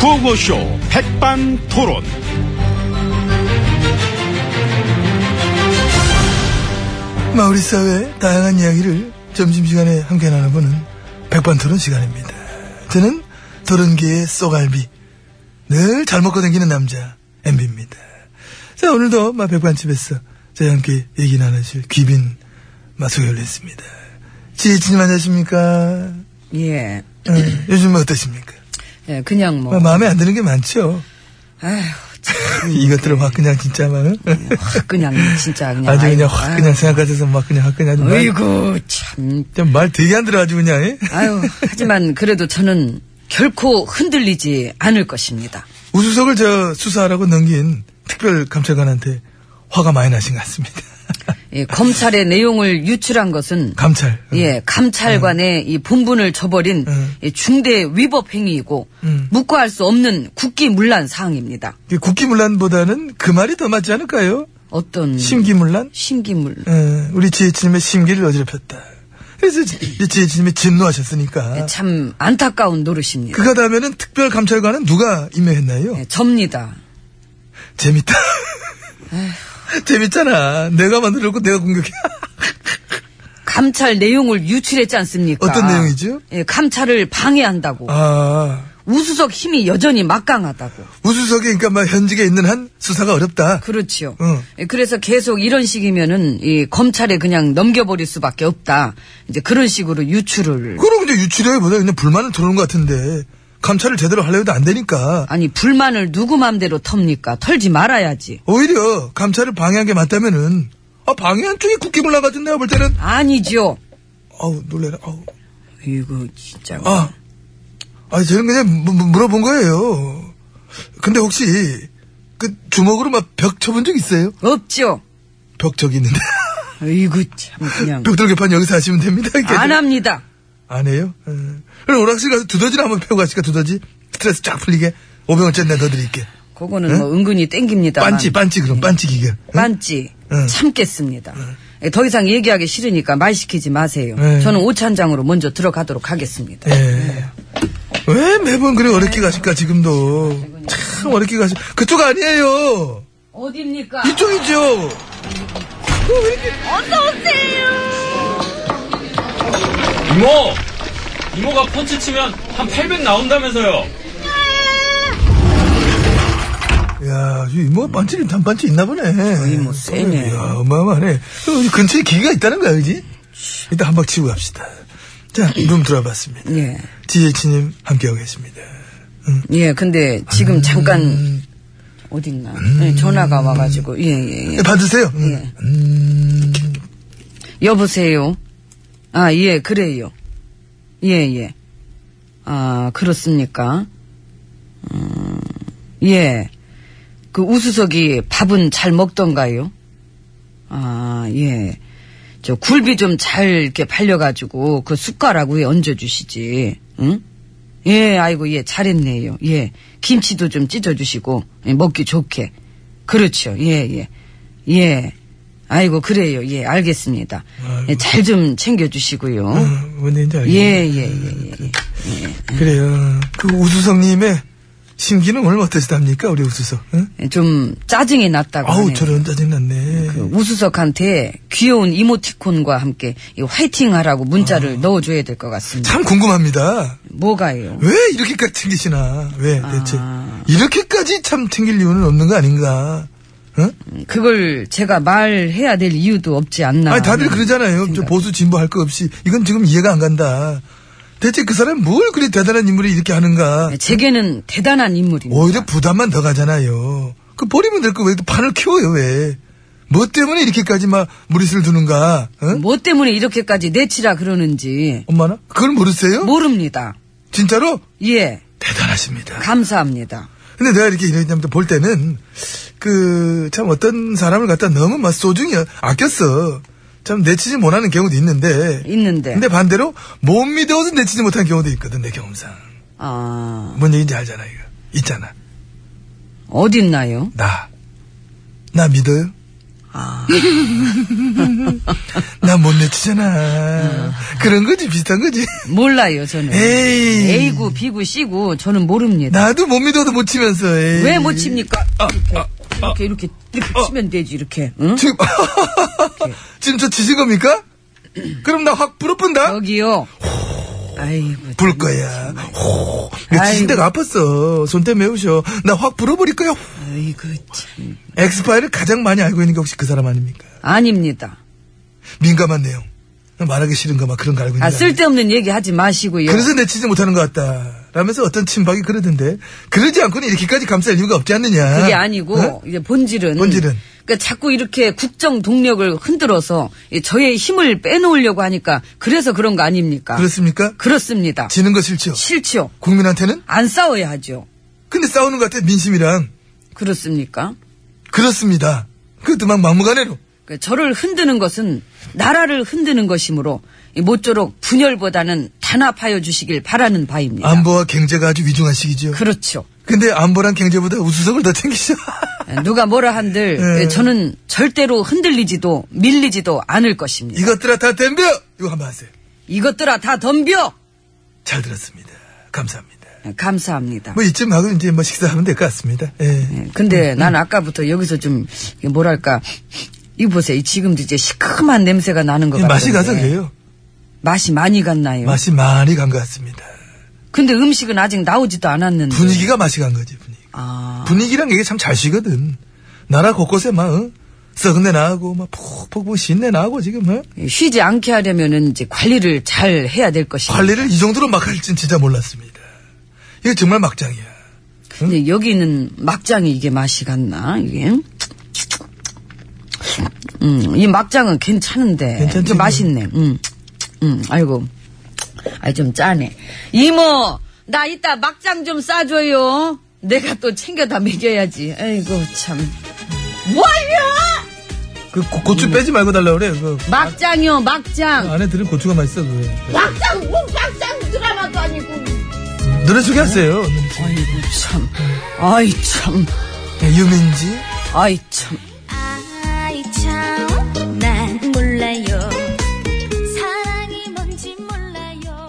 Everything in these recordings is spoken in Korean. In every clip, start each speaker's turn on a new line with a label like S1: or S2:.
S1: 구호쇼 백반토론.
S2: 마 우리 사회의 다양한 이야기를 점심시간에 함께 나눠보는 백반토론 시간입니다. 저는 토론계의 쏘갈비, 늘 잘 먹고 다니는 남자 MB입니다. 자 오늘도 마 백반집에서 저희 함께 얘기 나누실 귀빈 마 소개를 했습니다. 지혜진님 안녕하십니까?
S3: 예.
S2: 예, 요즘은 어떠십니까?
S3: 예, 그냥 뭐.
S2: 마, 마음에 안 드는 게 많죠.
S3: 아휴,
S2: 이것들은 막 그냥 진짜 막 응?
S3: 확 그냥, 진짜 그냥.
S2: 아주 그냥
S3: 예. 아이고,
S2: 확
S3: 아유.
S2: 그냥 생각하셔서 막 그냥 확 그냥 아주 말,
S3: 어이구, 참.
S2: 진짜 말 되게 안 들어 아주 그냥 예?
S3: 아유, 하지만 그래도 저는 결코 흔들리지 않을 것입니다.
S2: 우수석을 저 수사하라고 넘긴 특별 감찰관한테 화가 많이 나신 것 같습니다.
S3: 예, 검찰의 내용을 유출한 것은
S2: 감찰.
S3: 예, 감찰관의
S2: 음.
S3: 이 본분을 저버린
S2: 응.
S3: 이 중대 위법 행위이고
S2: 응.
S3: 묵과할 수 없는 국기문란 사항입니다.
S2: 이 국기문란보다는 그 말이 더 맞지 않을까요?
S3: 어떤
S2: 심기문란?
S3: 심기물
S2: 어, 우리 지혜진님의 심기를 어지럽혔다. 그래서 지- 이 지혜진님이 진노하셨으니까.
S3: 예, 참 안타까운 노릇입니다.
S2: 음. 그가 다음에는 특별 감찰관은 누가 임명했나요?
S3: 예, 접니다.
S2: 재밌다. 재밌잖아. 내가 만들었고 내가 공격해.
S3: 감찰 내용을 유출했지 않습니까?
S2: 어떤 내용이죠?
S3: 예, 감찰을 방해한다고.
S2: 아,
S3: 우수석 힘이 여전히 막강하다고.
S2: 우수석이 그러니까 막 현직에 있는 한 수사가 어렵다.
S3: 그렇지요.
S2: 응.
S3: 예, 그래서 계속 이런 식이면은 이 검찰에 그냥 넘겨버릴 수밖에 없다. 이제 그런 식으로 유출을
S2: 그럼 이제 유출이라기보다 그냥 불만을 들어오는 것 같은데 감찰을 제대로 하려 해도 안 되니까
S3: 아니 불만을 누구 맘대로 텁니까? 털지 말아야지.
S2: 오히려 감찰을 방해한 게 맞다면은 아 방해한 쪽이 국기문란 같은데 요볼 때는
S3: 아니죠.
S2: 아우 놀래라 아우
S3: 이거 진짜.
S2: 아 아니 저는 그냥 무- 무- 물어본 거예요 근데 혹시 그 주먹으로 막 벽 쳐본 적 있어요?
S3: 없죠.
S2: 벽 저기 있는데
S3: 이거 참 그냥
S2: 벽돌개판 여기서 하시면 됩니다 이렇게
S3: 안
S2: 해서.
S3: 합니다.
S2: 안 해요? 예. 그럼 오락실 가서 두더지를 한번 패고 가실까 두더지 스트레스 쫙 풀리게 500원짜리 내가 넣어드릴게
S3: 그거는
S2: 응?
S3: 뭐 은근히 땡깁니다.
S2: 반찌 반찌 그럼 반찌 기계
S3: 반지
S2: 응.
S3: 참겠습니다. 예, 더 이상 얘기하기 싫으니까 말 시키지 마세요.
S2: 예.
S3: 저는 오찬장으로 먼저 들어가도록 하겠습니다.
S2: 예. 왜 매번 그래 어렵게 가실까 지금도 참 어렵게 가시 그쪽 아니에요
S3: 어딥니까?
S2: 이쪽이죠
S4: 이모! 이모가 펀치 치면 한 800 나온다면서요.
S2: 야 이모 뭐 반지는 단반지 있나 보네
S3: 이모 뭐 세네.
S2: 야 어마어마하네 그럼 이 근처에 기계가 있다는 거야 그지 일단 한박 치고 갑시다 자룸 들어봤습니다
S3: 예.
S2: 지혜치님 함께하고 계십니다
S3: 예, 근데
S2: 음.
S3: 지금 잠깐 어딨나? 예, 전화가 와가지고 예, 예, 예.
S2: 예, 받으세요 음.
S3: 예. 여보세요. 아, 예, 그래요. 예, 예. 아, 그렇습니까? 음, 예. 그 우수석이 밥은 잘 먹던가요? 아, 예. 저 굴비 좀 잘 이렇게 발려가지고 그 숟가락 위에 얹어주시지. 응? 예, 아이고, 예, 잘했네요. 예. 김치도 좀 찢어주시고, 예, 먹기 좋게. 그렇죠. 예, 예. 예. 아이고, 그래요. 예, 알겠습니다. 예, 잘 좀 챙겨주시고요.
S2: 어, 뭔지 알겠
S3: 예, 예, 예, 예.
S2: 그래요 그 우수성님의 심기는 오늘 어떠시답니까 우리 우수성 응?
S3: 예. 좀 짜증이 났다고.
S2: 아우
S3: 하네요.
S2: 저런 짜증났네
S3: 그 우수석한테 귀여운 이모티콘과 함께 이 화이팅 하라고
S2: 아.
S3: 문자를 넣어줘야 될 것 같습니다.
S2: 참 궁금합니다.
S3: 뭐가요?
S2: 왜 이렇게까지 챙기시나? 왜 대체
S3: 아.
S2: 이렇게까지 참 챙길 이유는 없는 거 아닌가? 어? 응?
S3: 그걸 제가 말해야 될 이유도 없지 않나.
S2: 아니 다들
S3: 하는
S2: 그러잖아요. 저
S3: 생각.
S2: 보수 진보 할 거 없이 이건 지금 이해가 안 간다. 대체 그 사람 뭘 그리 대단한 인물이 이렇게 하는가?
S3: 제게는 대단한 인물입니다.
S2: 오히려 부담만 더 가잖아요. 그 버리면 될 거 왜 또 판을 키워요 왜? 뭐 때문에 이렇게까지 막 무리수를 두는가? 응?
S3: 뭐 때문에 이렇게까지 내치라 그러는지
S2: 엄마나 그걸 모르세요?
S3: 모릅니다.
S2: 진짜로
S3: 예,
S2: 대단하십니다.
S3: 감사합니다.
S2: 근데 내가 이렇게 이랬냐면 볼 때는 그 참 어떤 사람을 갖다 너무 막 소중히 아꼈어. 참 내치지 못하는 경우도 있는데.
S3: 있는데.
S2: 근데 반대로 못 믿어서 내치지 못하는 경우도 있거든 내 경험상.
S3: 아,
S2: 뭔 얘기인지 알잖아 이거. 있잖아.
S3: 어딨나요?
S2: 나. 나 믿어요?
S3: 아,
S2: 나 못 내치잖아. 그런 거지, 비슷한 거지.
S3: 몰라요, 저는.
S2: 에이.
S3: A고 B고 C고 저는 모릅니다.
S2: 나도 못 믿어도 못 치면서, 에이.
S3: 왜 못 칩니까?
S2: 아,
S3: 이렇게, 이렇게, 이렇게, 이렇게 치면 되지, 이렇게. 응?
S2: 지금, 지금 저 지신 겁니까? 그럼 나 확 부러뿐다?
S3: 여기요. 아이고.
S2: 불 거야. 호, 내 지신
S3: 아이고.
S2: 데가 아팠어. 손때 매우셔. 나 확 불어버릴 거야.
S3: 아이고, 참.
S2: 엑스파일을 가장 많이 알고 있는 게 혹시 그 사람 아닙니까?
S3: 아닙니다.
S2: 민감한 내용. 말하기 싫은가 막 그런 거 알고 있는
S3: 아,
S2: 거 아니야?
S3: 쓸데없는 얘기 하지 마시고요.
S2: 그래서 내치지 못하는 것 같다. 라면서 어떤 친박이 그러던데. 그러지 않고는 이렇게까지 감쌀 이유가 없지 않느냐.
S3: 그게 아니고
S2: 어?
S3: 이제 본질은
S2: 본질은?
S3: 그러니까 자꾸 이렇게 국정 동력을 흔들어서 이 저의 힘을 빼놓으려고 하니까 그래서 그런 거 아닙니까?
S2: 그렇습니까?
S3: 습니다
S2: 지는 거 싫죠.
S3: 싫죠.
S2: 국민한테는?
S3: 안 싸워야 하죠.
S2: 근데 싸우는 것 같아, 민심이랑.
S3: 그렇습니까?
S2: 그렇습니다. 그것도 막 막무가내로.
S3: 그러니까 저를 흔드는 것은 나라를 흔드는 것이므로 이 모쪼록 분열보다는 단합하여 주시길 바라는 바입니다.
S2: 안보와 경제가 아주 위중한 시기죠.
S3: 그렇죠.
S2: 근데 안보랑 경제보다 우수성을 더 챙기죠.
S3: 누가 뭐라 한들
S2: 예.
S3: 저는 절대로 흔들리지도 밀리지도 않을 것입니다.
S2: 이것들아 다 덤벼! 이거 한번 하세요.
S3: 이것들아 다 덤벼!
S2: 잘 들었습니다. 감사합니다.
S3: 감사합니다.
S2: 뭐 이쯤 하고 이제 뭐 식사하면 될 것 같습니다. 예.
S3: 예, 근데 난 아까부터 여기서 좀 이게 뭐랄까 이거 보세요. 지금도 이제 시큼한 냄새가 나는 것
S2: 이
S3: 같아요.
S2: 맛이 가서 그래요.
S3: 맛이 많이 갔나요?
S2: 맛이 많이 간 것 같습니다.
S3: 예. 근데 음식은 아직 나오지도 않았는데.
S2: 분위기가 맛이 간 거지, 분위기.
S3: 아,
S2: 분위기란 게 참 잘 쉬거든. 나라 곳곳에 막, 어? 썩은 내 나고, 막, 푹푹, 뭐 신내 나고, 지금, 어?
S3: 쉬지 않게 하려면은 이제 관리를 잘 해야 될 것이다.
S2: 관리를 이 정도로 막 할 줄 진짜 몰랐습니다. 이거 정말 막장이야.
S3: 근데 여기는 막장이 이게 맛이 갔나 이게. 음, 이 막장은 괜찮은데
S2: 괜찮지,
S3: 좀 맛있네. 음, 음, 아이고, 아이 좀 짜네. 이모, 나 이따 막장 좀 싸줘요. 내가 또 챙겨다 먹여야지. 아이고 참. 뭐야?
S2: 그 고,
S3: 음.
S2: 고추 빼지 말고 달라 그래. 그
S3: 막장이요, 막장.
S2: 안에 들은 고추가 맛있어, 그게.
S3: 막장, 뭐 막장 드라마도 아니고.
S2: 노래 소개하세요. 노래 소개.
S3: 아이고 참, 아이 참,
S2: 네, 유민지,
S3: 아이 참.
S5: 아이 참, 난 몰라요. 사랑이 뭔지 몰라요.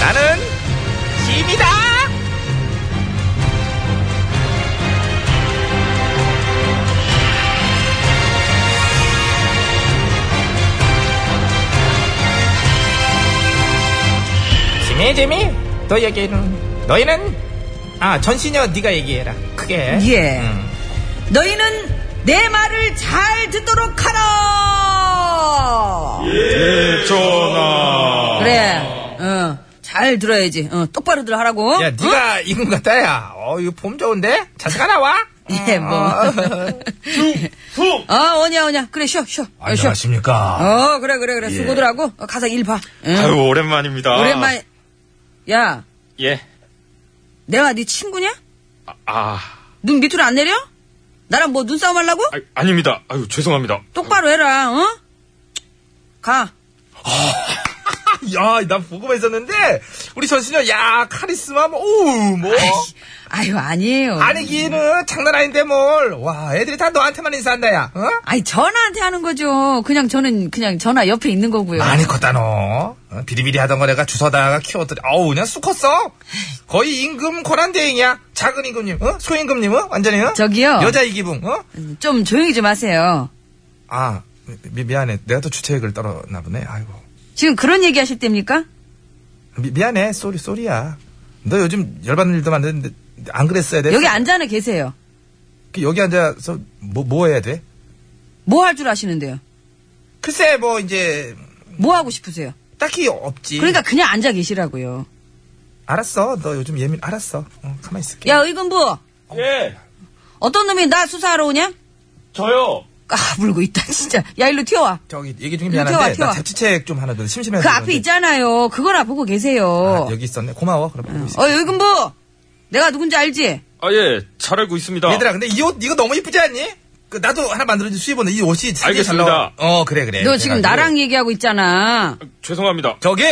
S1: 나는 짐이다.
S6: 재미 재미 너에게는 너희는 아 전신여 네가 얘기해라 크게
S3: 예.
S6: 음.
S3: 너희는 내 말을 잘 듣도록 하라.
S1: 예, 전하.
S3: 그래, 어, 잘 들어야지. 어, 똑바로들 하라고.
S6: 야 네가 이건 같다야 어 이거 봄 좋은데 자세가 나와 어.
S3: 예, 뭐.
S1: 후.
S3: 아, 오냐, 오냐. 그래, 쉬어, 쉬어. 어, 쉬어.
S6: 안녕하십니까
S3: 어, 그래, 그래, 그래. 수고들 하고, 어, 가서 일 봐. 응.
S1: 예. 아유 오랜만입니다.
S3: 오랜만에. 야,
S1: 예.
S3: 내가 네 친구냐?
S1: 아,
S3: 눈 밑으로 안 내려? 나랑 뭐 눈싸움 하려고?
S1: 아 아닙니다. 아유 죄송합니다.
S3: 똑바로 해라, 어? 가.
S6: 야, 난 보고만 있었는데, 우리 전신여, 야, 카리스마, 뭐, 오우, 뭐.
S3: 아유, 아니에요.
S6: 아니, 기는 장난 아닌데, 뭘. 와, 애들이 다 너한테만 인사한다, 야. 어?
S3: 아니, 전화한테 하는 거죠. 그냥 저는 그냥 전화 옆에 있는 거고요.
S6: 많이 컸다, 너. 어, 비리비리 하던 거 내가 주워다가 키웠더니, 어우, 그냥 쑥 컸어. 거의 임금 고난대행이야. 작은 임금님, 어? 소임금님, 어? 완전히, 어?
S3: 저기요.
S6: 여자 이기붕, 어?
S3: 좀 조용히 좀 하세요.
S6: 아, 미, 미안해. 내가 또 주체액을 떨었나 보네. 아이고.
S3: 지금 그런 얘기 하실 때입니까?
S6: 미, 미안해. 쏘리, 쏘리야. 너 요즘 열받는 일도 많은데, 안 그랬어야 돼.
S3: 여기 앉아나 계세요.
S6: 그 여기 앉아서 뭐, 뭐 해야 돼?
S3: 뭐 할 줄 아시는데요?
S6: 글쎄, 뭐, 이제,
S3: 뭐 하고 싶으세요?
S6: 딱히 없지.
S3: 그러니까 그냥 앉아 계시라고요.
S6: 알았어. 너 요즘 예민, 알았어. 어, 가만히 있을게.
S3: 야, 의금부!
S4: 예,
S3: 어떤 놈이 나 수사하러 오냐?
S4: 저요.
S3: 까불고 있다, 진짜. 야, 일로 튀어와.
S6: 저기, 얘기 중에
S3: 튀어와,
S6: 미안한데,
S3: 튀어와.
S6: 나 잡지책 좀 하나 더 심심해서.
S3: 그 앞에
S6: 그런데.
S3: 있잖아요. 그거나 보고 계세요.
S6: 네, 아, 여기 있었네. 고마워. 그럼 보고 있어.
S3: 어, 의금부! 내가 누군지 알지?
S1: 아, 예. 잘 알고
S3: 어.
S1: 있습니다.
S6: 얘들아, 근데 이 옷, 이거 너무 이쁘지 않니? 그, 나도 하나 만들어준 수입원데 이 옷이 진짜 잘
S1: 알겠습니다.
S6: 나와. 어, 그래, 그래.
S3: 너 지금
S6: 그래가지고. 네.
S3: 나랑 얘기하고 있잖아.
S1: 죄송합니다.
S6: 저기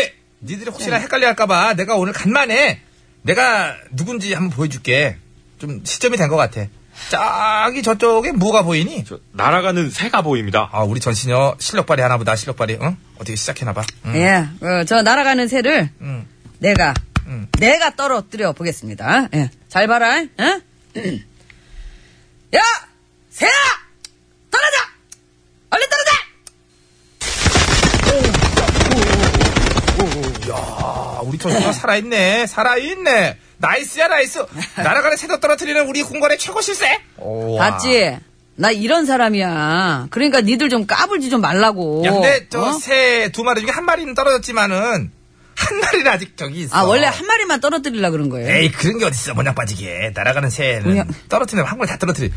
S6: 니들이 혹시나
S3: 네.
S6: 헷갈려 할까봐 내가 오늘 간만에 내가 누군지 한번 보여줄게 좀 시점이 된 것 같아 저기 저쪽에 뭐가 보이니?
S1: 저, 날아가는 새가 보입니다.
S6: 아 우리 전신여 실력발휘 하나보다 실력발휘 응? 어떻게 시작해나봐 응.
S3: 예, 어, 저 날아가는 새를
S6: 응.
S3: 내가
S6: 음.
S3: 내가 떨어뜨려 보겠습니다. 예, 잘 봐라. 응? 음. 야, 새야, 떨어져! 얼른 떨어져!
S6: 아 우리 전신여 살아있네 살아있네 나이스야 나이스 날아가는 새도 떨어뜨리는 우리 궁궐의 최고 실세 오와.
S3: 봤지? 나 이런 사람이야. 그러니까 니들 좀 까불지 좀 말라고.
S6: 야 근데
S3: 어?
S6: 저 새 두 마리 중에 한 마리는 떨어졌지만은 한 마리는 아직 저기 있어
S3: 아 원래 한 마리만 떨어뜨리려 그런 거예요.
S6: 에이 그런 게 어딨어 모양 빠지게 날아가는 새는
S3: 모양-
S6: 떨어뜨리면 한걸 다 떨어뜨려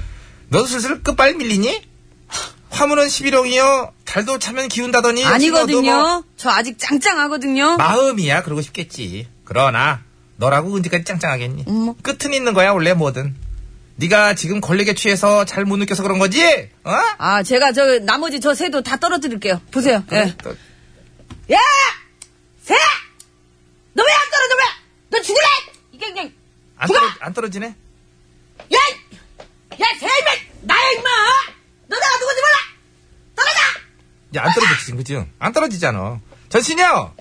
S6: 너도 슬슬 끝발 밀리니? 화물은 11홍이요 달도 차면 기운다더니
S3: 아니거든요.
S6: 신어도 뭐
S3: 저 아직 짱짱하거든요.
S6: 마음이야 그러고 싶겠지 그러나 너라고 언제까지 짱짱하겠니
S3: 음.
S6: 끝은 있는 거야 원래 뭐든 네가 지금 권력에 취해서 잘 못 느껴서 그런 거지? 어?
S3: 아 제가 저 나머지 저 새도 다 떨어뜨릴게요. 보세요. 예.
S6: 또-
S3: 야! 새야! 너 왜 안 떨어져, 왜? 너 죽을래! 이게 그냥,
S6: 안,
S3: 누가?
S6: 떨어, 안 떨어지네?
S3: 야! 이- 야, 새야, 임마! 나야, 임마! 너 내가 누군지 몰라! 떨어져!
S6: 야 안 떨어지지 지금 그지? 안 떨어지잖아 전신이요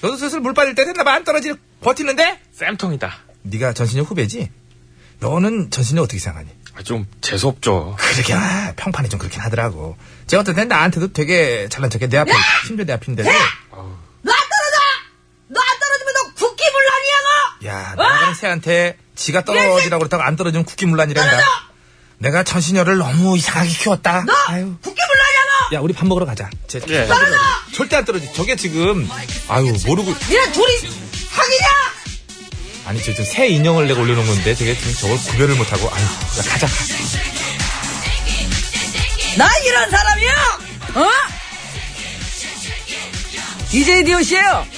S6: 너도 슬슬 물 빠질 때 됐나봐 안 떨어지 버티는데?
S1: 쌤통이다.
S6: 네가 전신이 후배지? 너는 전신이 어떻게 생각하니?
S1: 아, 좀 재수없죠.
S6: 그렇게 아, 평판이 좀 그렇긴 하더라고. 제가 어떤 때 나한테도 되게 잘난 척해 내 앞에 심지어 내 앞인데도
S3: 너 안 떨어져! 너 안 떨어지면 너 국기 물란이야, 너! 어?
S6: 야 나가는 새한테 지가 떨어지라고 그렇다고 안 떨어지면 국기문란이란다. 내가 전신여를 너무 이상하게 키웠다. 아유.
S3: 국기 물란이야, 너!
S6: 야 우리 밥 먹으러 가자. 제,
S1: 예.
S6: 절대 안 떨어지. 저게 지금 아유 모르고
S3: 니네 둘이 사귀냐!
S6: 아니 저 지금 새 인형을 내가 올려놓은 건데 저게 지금 저걸 구별을 못하고 아유 야, 가자.
S3: 나 이런 사람이야! 어? DJ 디오씨예요